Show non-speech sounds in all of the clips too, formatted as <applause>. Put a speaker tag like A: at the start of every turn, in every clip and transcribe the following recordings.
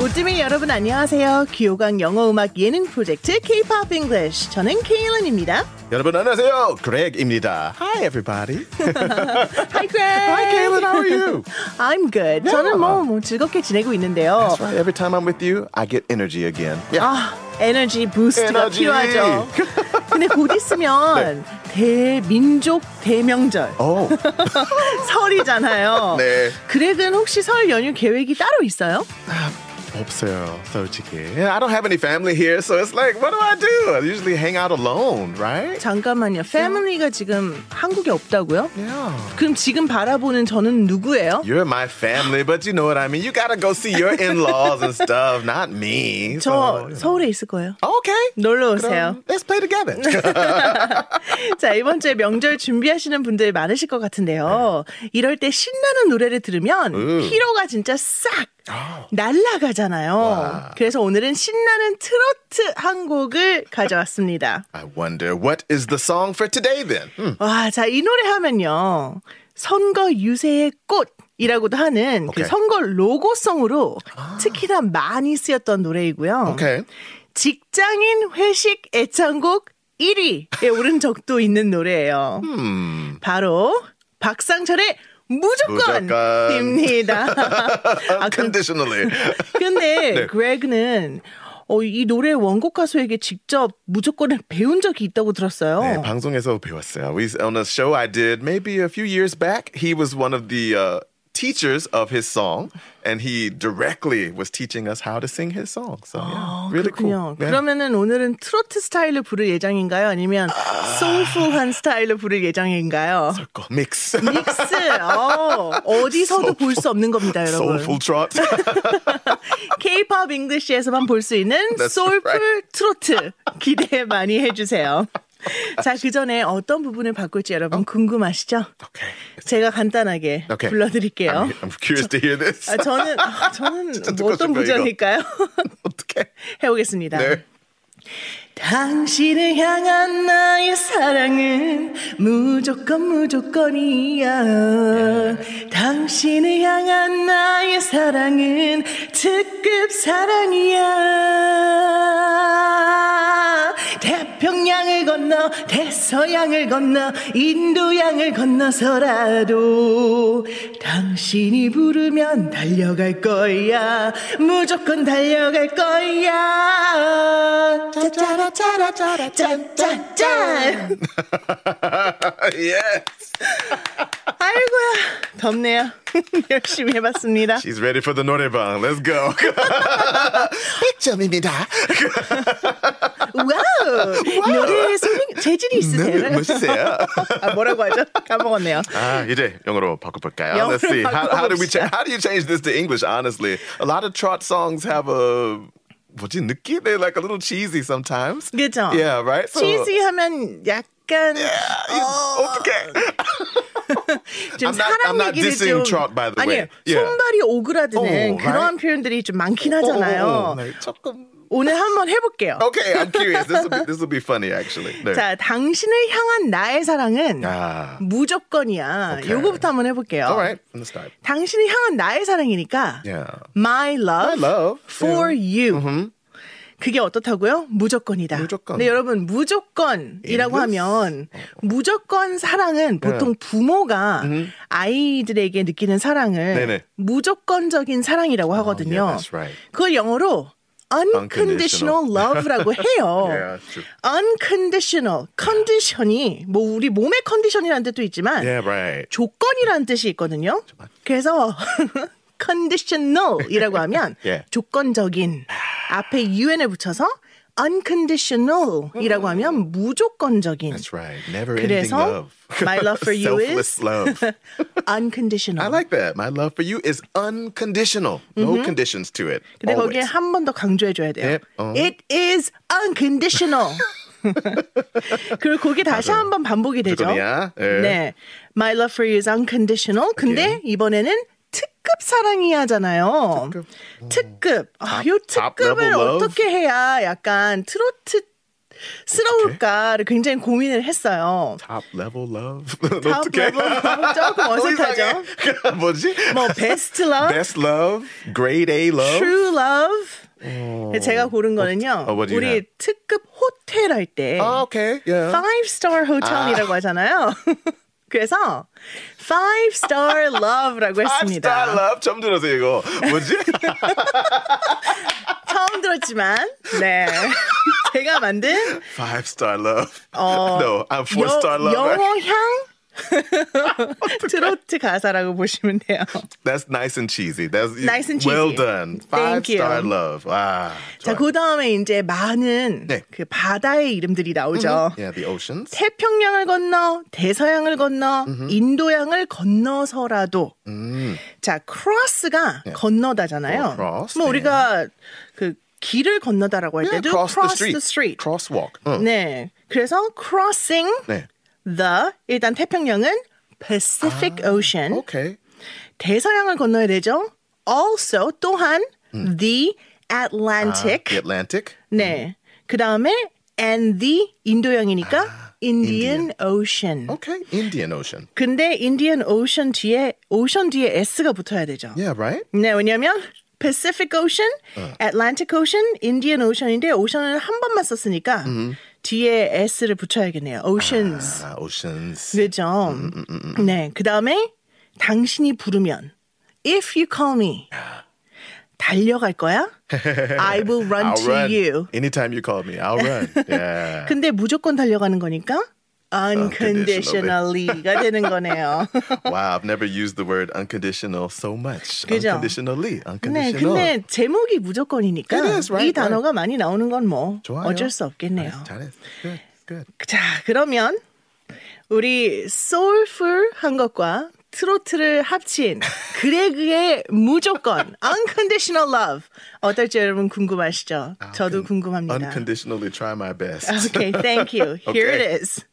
A: 오뜨미 여러분 안녕하세요. 귀호강 영어음악 예능 프로젝트 K-pop English. 저는 케일런입니다.
B: 여러분 안녕하세요. Greg입니다. Hi everybody.
A: Hi, Greg.
B: Hi Kaylin, how are you?
A: I'm good.
B: Yeah.
A: 저는 뭐, 뭐 즐겁게 지내고 있는데요.
B: That's right. Every time I'm with you, I get energy again. Yeah.
A: 아, 에너지 부스트가
B: 에너지.
A: 필요하죠. 근데 곧 있으면
B: 네.
A: 대민족 대명절
B: Oh.
A: 설이잖아요.
B: <laughs> 네.
A: 그렉은 혹시 설 연휴 계획이 따로 있어요?
B: 없어요, 솔직히. Yeah, I don't have any family here, so it's like, what do I do? I usually hang out alone, right?
A: 잠깐만요.
B: 음.
A: 패밀리가 지금 한국에 없다고요?
B: Yeah.
A: 그럼 지금 바라보는 저는 누구예요?
B: You're my family, but you know what I mean. You gotta go see your in-laws and stuff, not me.
A: 저
B: So,
A: 서울에 있을 거예요.
B: okay.
A: 놀러 오세요.
B: 그럼 Let's play together. <laughs>
A: <laughs> 자, 이번 주에 명절 준비하시는 분들 많으실 것 같은데요.
B: 네.
A: 이럴 때 신나는 노래를 들으면
B: 음.
A: 피로가 진짜 싹
B: 아.
A: 날라가잖아요. 그래서 오늘은 신나는 트로트 한 곡을 가져왔습니다.
B: I wonder what is the song for today then? Hmm.
A: 와, 자, 이 노래 하면요. 선거 유세의 꽃! 이라고도 하는 그
B: 오케이. 아.
A: 선거 로고송으로 특히나 많이 쓰였던 노래이고요.
B: Okay.
A: 직장인 회식 애창곡 1위에 예, 오른 적도 있는 노래예요. 음. 바로 박상철의 무조건입니다. <laughs> 아, 근-
B: Unconditionally.
A: 근데
B: 네.
A: 그레그는 어, 이 노래 원곡 가수에게 직접 무조건을 배운 적이 있다고 들었어요.
B: 네, 방송에서 배웠어요. We on a show I did maybe a few years back. He was one of the uh, teachers of his song, and he directly was teaching us how to sing his song. So yeah, really
A: 아, 그렇군요.
B: cool. Yeah.
A: 그러면은 오늘은 트로트 스타일로 부를 예정인가요? 아니면 소울풀한 스타일로 부를 <laughs> 예정인가요?
B: 거- mix
A: 믹스 어, 어디서도 볼 수 없는 겁니다, 여러분.
B: soulful trot.
A: <laughs> K-pop 잉글리시에서만 볼 수 있는
B: That's
A: 소울풀
B: right.
A: 트로트 기대 많이 해주세요.
B: <laughs>
A: 자, 그 전에 어떤 부분을 바꿀지 여러분 궁금하시죠?
B: okay.
A: 제가 간단하게
B: Okay.
A: 불러드릴게요.
B: I'm, I'm curious to hear this.
A: 아, 저는 아,
B: <laughs>
A: 저는 뭐
B: 듣고
A: 어떤
B: 싶어요, 이거.
A: 부전일까요?
B: <laughs>
A: <laughs>
B: 어떡해.
A: 해보겠습니다.
B: 네.
A: 당신을 향한 나의 사랑은 무조건 무조건이야. 당신을 향한 나의 사랑은 특급 사랑이야. 태평양을 건너 대서양을 건너 인도양을 건너서라도 당신이 부르면 달려갈 거야 무조건 달려갈 거야 짜짜라짜라짜라 짠짠짠
B: <laughs> yes.
A: 아이고야 덥네요 <laughs> 열심히
B: <laughs>
A: 해봤습니다
B: She's ready for the 노래방. Let's go. 백점입니다.
A: 와우 노래 선생 재질이
B: <laughs> 네,
A: 있으세요
B: 멋있어요.
A: 아 뭐라고 하죠 까먹었네요
B: 아, 이제 영어로 바꿔볼까요?
A: 영어로
B: Let's see. How, how do we
A: 바꿔봅시다.
B: cha- how do you change this to English? Honestly, a lot of trot songs have a 뭐지 느낌? They're like a little cheesy sometimes.
A: 그죠
B: Yeah, right. So,
A: cheesy 하면 약간
B: Okay.
A: 좀
B: I'm not-
A: 사람
B: I'm not
A: 얘기를 좀
B: dissing Trot, by the
A: 아니
B: way. Yeah.
A: 손발이 오그라드는
B: Oh,
A: 그런
B: right?
A: 표현들이 좀 많긴 하잖아요.
B: 어, 어, 어, like, 조금.
A: 오늘 한번 해볼게요.
B: Oh, Okay, I'm curious. This will be this will be funny actually. 네.
A: 자, 당신을 향한 나의 사랑은
B: 아.
A: 무조건이야.
B: Okay.
A: 요거부터 한번 해볼게요.
B: All right, from the start.
A: 당신을 향한 나의 사랑이니까
B: Yeah.
A: my love,
B: My love. Mm-hmm.
A: for you. 그게 어떻다고요? 무조건이다.
B: 무조건. 어.
A: 근데 여러분 무조건이라고
B: English?
A: 하면 무조건
B: 네.
A: 사랑은 보통 부모가 아이들에게 느끼는 사랑을
B: Mm-hmm. 네네. 아,
A: 무조건적인 사랑이라고 하거든요.
B: yeah, that's right.
A: 그걸 영어로 unconditional
B: Unconditional.
A: love라고 해요.
B: <laughs> Yeah, that's true.
A: unconditional 컨디션이 뭐 우리 몸의 컨디션이라는 뜻도 있지만
B: Yeah, right.
A: 조건이라는 뜻이 있거든요. 그래서 <laughs> conditional이라고 하면
B: 예.
A: 조건적인 앞에 un을 붙여서 unconditional이라고 하면 무조건적인
B: That's right. Never ending
A: 그래서
B: love.
A: my love for you
B: selfless
A: is
B: love.
A: <laughs> unconditional.
B: I like that. My love for you is unconditional. No conditions to it.
A: Mm-hmm. 근데 거기에
B: always.
A: 한 번 더 강조해 줘야 돼요.
B: 예, 어.
A: It is
B: <laughs>
A: unconditional. 그리고 거기 다시 한 번 반복이 되죠.
B: 조건이야. 예.
A: 네. My love for you is unconditional. 근데 이번에는 특급 사랑이야잖아요. 특급. 아, 요
B: 어. top level
A: 특급을
B: love.
A: 어떻게 해야 약간 트로트 스러울까를 굉장히 고민을 했어요.
B: Top level love. <laughs>
A: 다음
B: 어떡해?
A: 앨범 조금
B: 너무 <laughs>
A: 어색하죠.
B: 이상해. 뭐지?
A: 뭐 베스트 러브,
B: Best love, grade A love. Oh.
A: True Love. 제가 고른 거는요.
B: 어, what do you
A: 우리
B: have?
A: 특급 호텔 할 때
B: 아, Oh, okay. Yeah.
A: five star hotel이라고 하잖아요. <laughs> 그래서 five star love라고
B: <laughs> Five
A: 했습니다.
B: star love. 처음 들어서 이거.
A: <laughs>
B: 뭐지?
A: 처음 들었지만
B: <laughs>
A: 네. 제가 만든
B: Five star love.
A: 어,
B: <laughs> no, I'm four
A: 여-
B: star love. <laughs>
A: 영어향 트로트 가사라고 보시면 돼요.
B: That's nice and cheesy. That's
A: Nice and
B: Well
A: cheesy.
B: done. Five
A: Thank
B: star
A: you.
B: love. 와.
A: 자,
B: 좋아요.
A: 그 다음에 이제 많은
B: 네. 음. 예.
A: 그 바다의 이름들이 나오죠.
B: Yeah, the oceans.
A: 태평양을 건너 대서양을 건너 인도양을 건너서라도 자 크로스가 건너다잖아요.
B: 어, cross,
A: 뭐
B: 네.
A: 우리가 그 길을 건너다라고 할
B: Yeah,
A: 때도
B: cross, the
A: cross
B: street.
A: the street.
B: Crosswalk. Hmm, 응.
A: 네, 그래서 crossing
B: 네.
A: the 일단 태평양은 Pacific Ocean.
B: Okay.
A: 대서양을 건너야 되죠. Also 또한 the Atlantic.
B: Uh, The Atlantic.
A: 네. 그 다음에 and the 인도양이니까 Indian Ocean.
B: Okay. Indian Ocean.
A: 근데 Indian Ocean 뒤에 ocean 뒤에 s가 붙어야 되죠.
B: Yeah, right?
A: 네, 왜냐면 Pacific Ocean,
B: 어.
A: Atlantic Ocean, Indian Ocean인데 ocean을 한 번만 썼으니까 뒤에 s를 붙여야겠네요. Oceans.
B: 음. 아, Uh, 음, oceans.
A: 그죠? 네. 그 다음에 당신이 부르면 If you call me 달려갈
B: <laughs>
A: 거야? I will run
B: I'll
A: to
B: run. 아.
A: you.
B: Anytime you call me, I'll
A: <laughs>
B: run. Yeah.
A: 근데 무조건 달려가는 거니까
B: Unconditionally.
A: unconditionally가 되는 거네요.
B: <laughs> wow, I've never used the word unconditional so much.
A: 그죠?
B: Unconditionally.
A: 네,
B: Unconditional.
A: 근데 제목이 무조건이니까
B: It is, right,
A: 이 단어가 많이 나오는 건 뭐
B: 좋아요.
A: 어쩔 수 없겠네요.
B: 잘했어, 잘했어. Good, good.
A: 자, 그러면 우리 소울풀한 것과 트로트를 합친 그레그의
B: <laughs>
A: 무조건 unconditional love 어떨지 여러분 궁금하시죠?
B: 아,
A: 저도
B: 그
A: 궁금합니다.
B: Unconditionally try my best.
A: Okay, thank
B: <laughs>
A: you. Here
B: Okay.
A: it is.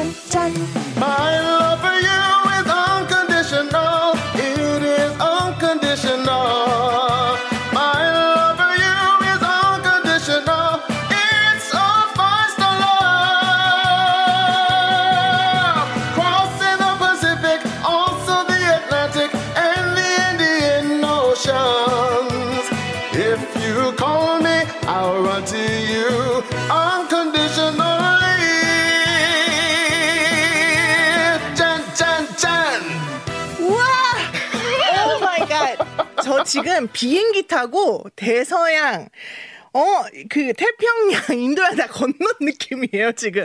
B: My love for you is unconditional. It is unconditional. My love for you is unconditional. It's a first love. Crossing the Pacific, also the Atlantic, and the Indian Oceans. If you call me, I'll run to you unconditionally. Chan, chan, chan.
A: 우와! 오 마이 갓. 저 지금 비행기 타고 대서양 어, 그 태평양 <laughs> 인도양 다 건넌 느낌이에요, 지금.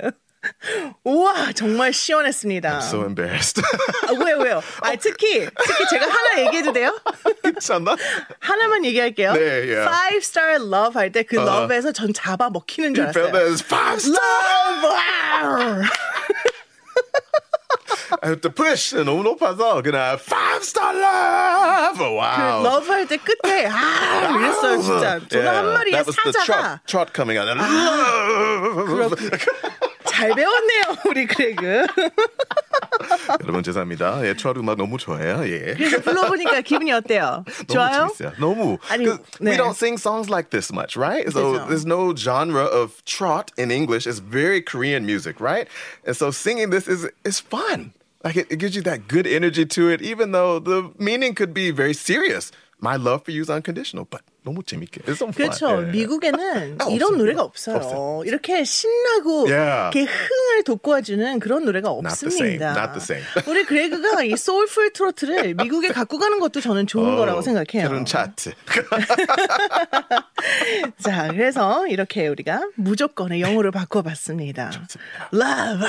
A: 우와, 정말 시원했습니다.
B: So
A: <laughs>
B: embarrassed.
A: 아, 왜요, 왜요? 아, 특히, 특히 제가 하나 얘기해도 돼요?
B: 괜찮나?
A: 하나만 얘기할게요.
B: 네, 예. 어.
A: Five Star Love 할 때 그 러브에서 전 잡아 먹히는 줄
B: You felt
A: 알았어요. 그
B: that as five star.
A: Love!
B: I have to push. 너무 높아서 그냥 five star love. Oh, Wow.
A: 러브 할 때 끝에 아 이랬어요 진짜 저는 한 마리의
B: That was the
A: 사자가
B: trot, trot coming out. Love.
A: 잘 배웠네요 우리 그레그
B: 여러분 죄송합니다. 예, 트롯 음악 너무 좋아해요. 예. <laughs>
A: 그래서 불러보니까 기분이 어때요? <laughs> 좋아요?
B: 너무 재밌어요. 너무.
A: 아니,
B: 'Cause We
A: 네.
B: don't sing songs like this much, right? So
A: 그죠.
B: there's no genre of trot in English. It's very Korean music, right? And so singing this is is fun. Like it, it gives you that good energy to it, even though the meaning could be very serious. My love for you is unconditional, but 너무 재밌게. It's so fun.
A: 그렇죠.
B: 예.
A: 미국에는
B: 아,
A: 이런
B: 없어요.
A: 노래가 없어요.
B: 없어요.
A: 이렇게 신나고
B: Yeah.
A: 이렇게 흥을 돋구어주는 그런 노래가
B: the same.
A: 없습니다.
B: Not the same. <laughs>
A: 우리 그레그가 이 소울풀 트로트를 미국에 갖고 가는 것도 저는 좋은 거라고
B: 어,
A: 생각해요.
B: Oh, 그런 차트. <laughs>
A: 자, 그래서 이렇게 우리가 무조건의 영어로 바꿔봤습니다. Love.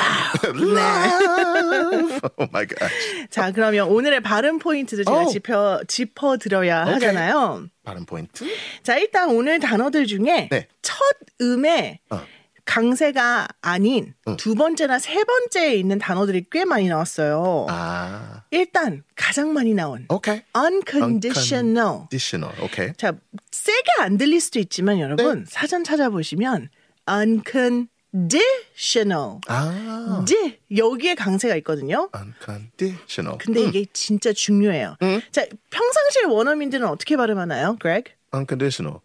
B: Love. <laughs> Oh my gosh.
A: 자, 그러면 오늘의 발음 포인트도 제가
B: 오.
A: 짚어 드려야
B: 오케이.
A: 하잖아요.
B: 발음 포인트.
A: 자, 일단 오늘 단어들 중에
B: 네. 어.
A: 첫 음에 강세가 아닌 두 번째나 세 번째에 있는 단어들이 꽤 많이 나왔어요.
B: 아, 어?
A: 일단 가장 많이 나온
B: 오케이.
A: unconditional.
B: Additional. Okay. 네.
A: 자, 세게 안 들릴 수도 있지만 여러분 사전 찾아보시면 unconditional.
B: 아,
A: 디 여기에 강세가 있거든요.
B: unconditional. Hmm,
A: 근데 이게 진짜 중요해요.
B: 음.
A: 자, 평상시에 원어민들은 어떻게 발음하나요, Greg?
B: unconditional.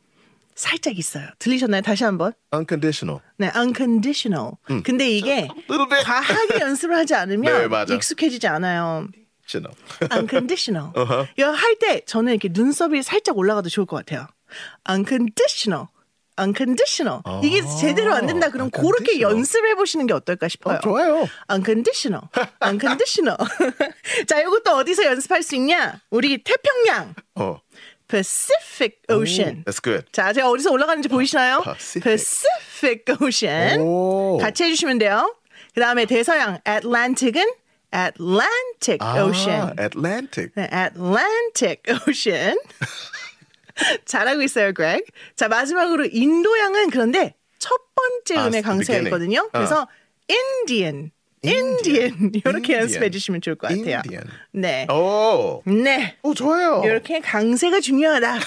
A: 살짝 있어요. 들리셨나요? 다시 한번.
B: unconditional.
A: 네, unconditional. 근데 이게
B: little bit.
A: 과하게 연습을 하지
B: 음. 그렇죠.
A: 않으면
B: <laughs> 네, 맞아.
A: 익숙해지지 않아요.
B: You know. <laughs>
A: unconditional. 이거 할 때 저는 이렇게 눈썹이 살짝 올라가도 좋을 것 같아요. unconditional. unconditional. 이게 제대로 안 된다 그럼 그렇게
B: 아. unconditional.
A: 연습해 보시는 게 어떨까 <laughs> 싶어요.
B: <laughs> 좋아요. <laughs>
A: unconditional. unconditional. <laughs> 자, 이것도 어디서 연습할 수 있냐? 우리 태평양
B: Oh,
A: Pacific Ocean.
B: that's good.
A: 자, 제가 어디서 올라가는지 보이시나요?
B: 아, Pacific.
A: Pacific Ocean.
B: 오.
A: 같이 해주시면 돼요. 그 다음에 대서양 Atlantic은 Atlantic Ocean.
B: Ah, Atlantic.
A: 네, Atlantic Ocean. <laughs> 잘하고 있어요, Greg. 자, 마지막으로 인도양은 그런데 첫 번째
B: 아,
A: 음의
B: the
A: 강세가
B: beginning. 어.
A: 있거든요. 그래서 Indian, Indian <laughs> 이렇게
B: Indian.
A: 연습해 주시면 좋을 것 같아요.
B: Indian.
A: 네,
B: Oh.
A: 네,
B: Oh, 좋아요.
A: 이렇게 강세가
B: <laughs>
A: 중요하다.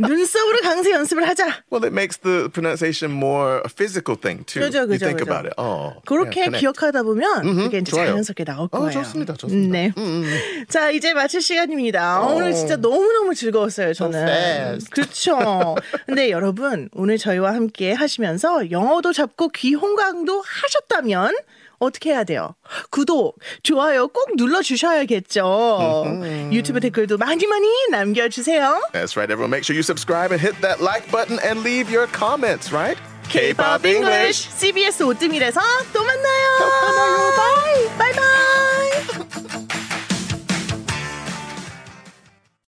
A: 눈썹으로 강세 연습을 하자.
B: Well, it makes the pronunciation more a physical thing too.
A: 그죠,
B: you
A: 그죠,
B: think
A: 그죠.
B: about it. Oh,
A: 그렇게
B: connect.
A: 기억하다 보면 그게 이제
B: 좋아요.
A: 자연스럽게 나올
B: 어,
A: 거예요.
B: 좋습니다, 좋습니다. 음,
A: 네. 자 이제 마칠 시간입니다. 오늘 진짜 너무 너무 즐거웠어요. 저는.
B: 어. fast.
A: 그렇죠. 근데 여러분 오늘 저희와 함께 하시면서 영어도 잡고 귀홍강도 하셨다면. 어떻게 해야 돼요? 구독, 좋아요 꼭 눌러주셔야겠죠. 유튜브 댓글도 많이 많이 남겨주세요.
B: That's right, everyone. Make sure you subscribe and hit that like button and leave your comments, right?
A: K-pop English CBS 오뜸일에서 또 만나요.
B: 또 만나요.
A: 바이. 바이.